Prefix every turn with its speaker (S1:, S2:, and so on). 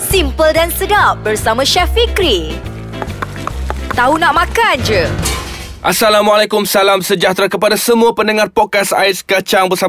S1: Simple dan sedap bersama Chef Fikri. Tahu nak makan je.
S2: Assalamualaikum, salam sejahtera kepada semua pendengar podcast Ais Kacang bersama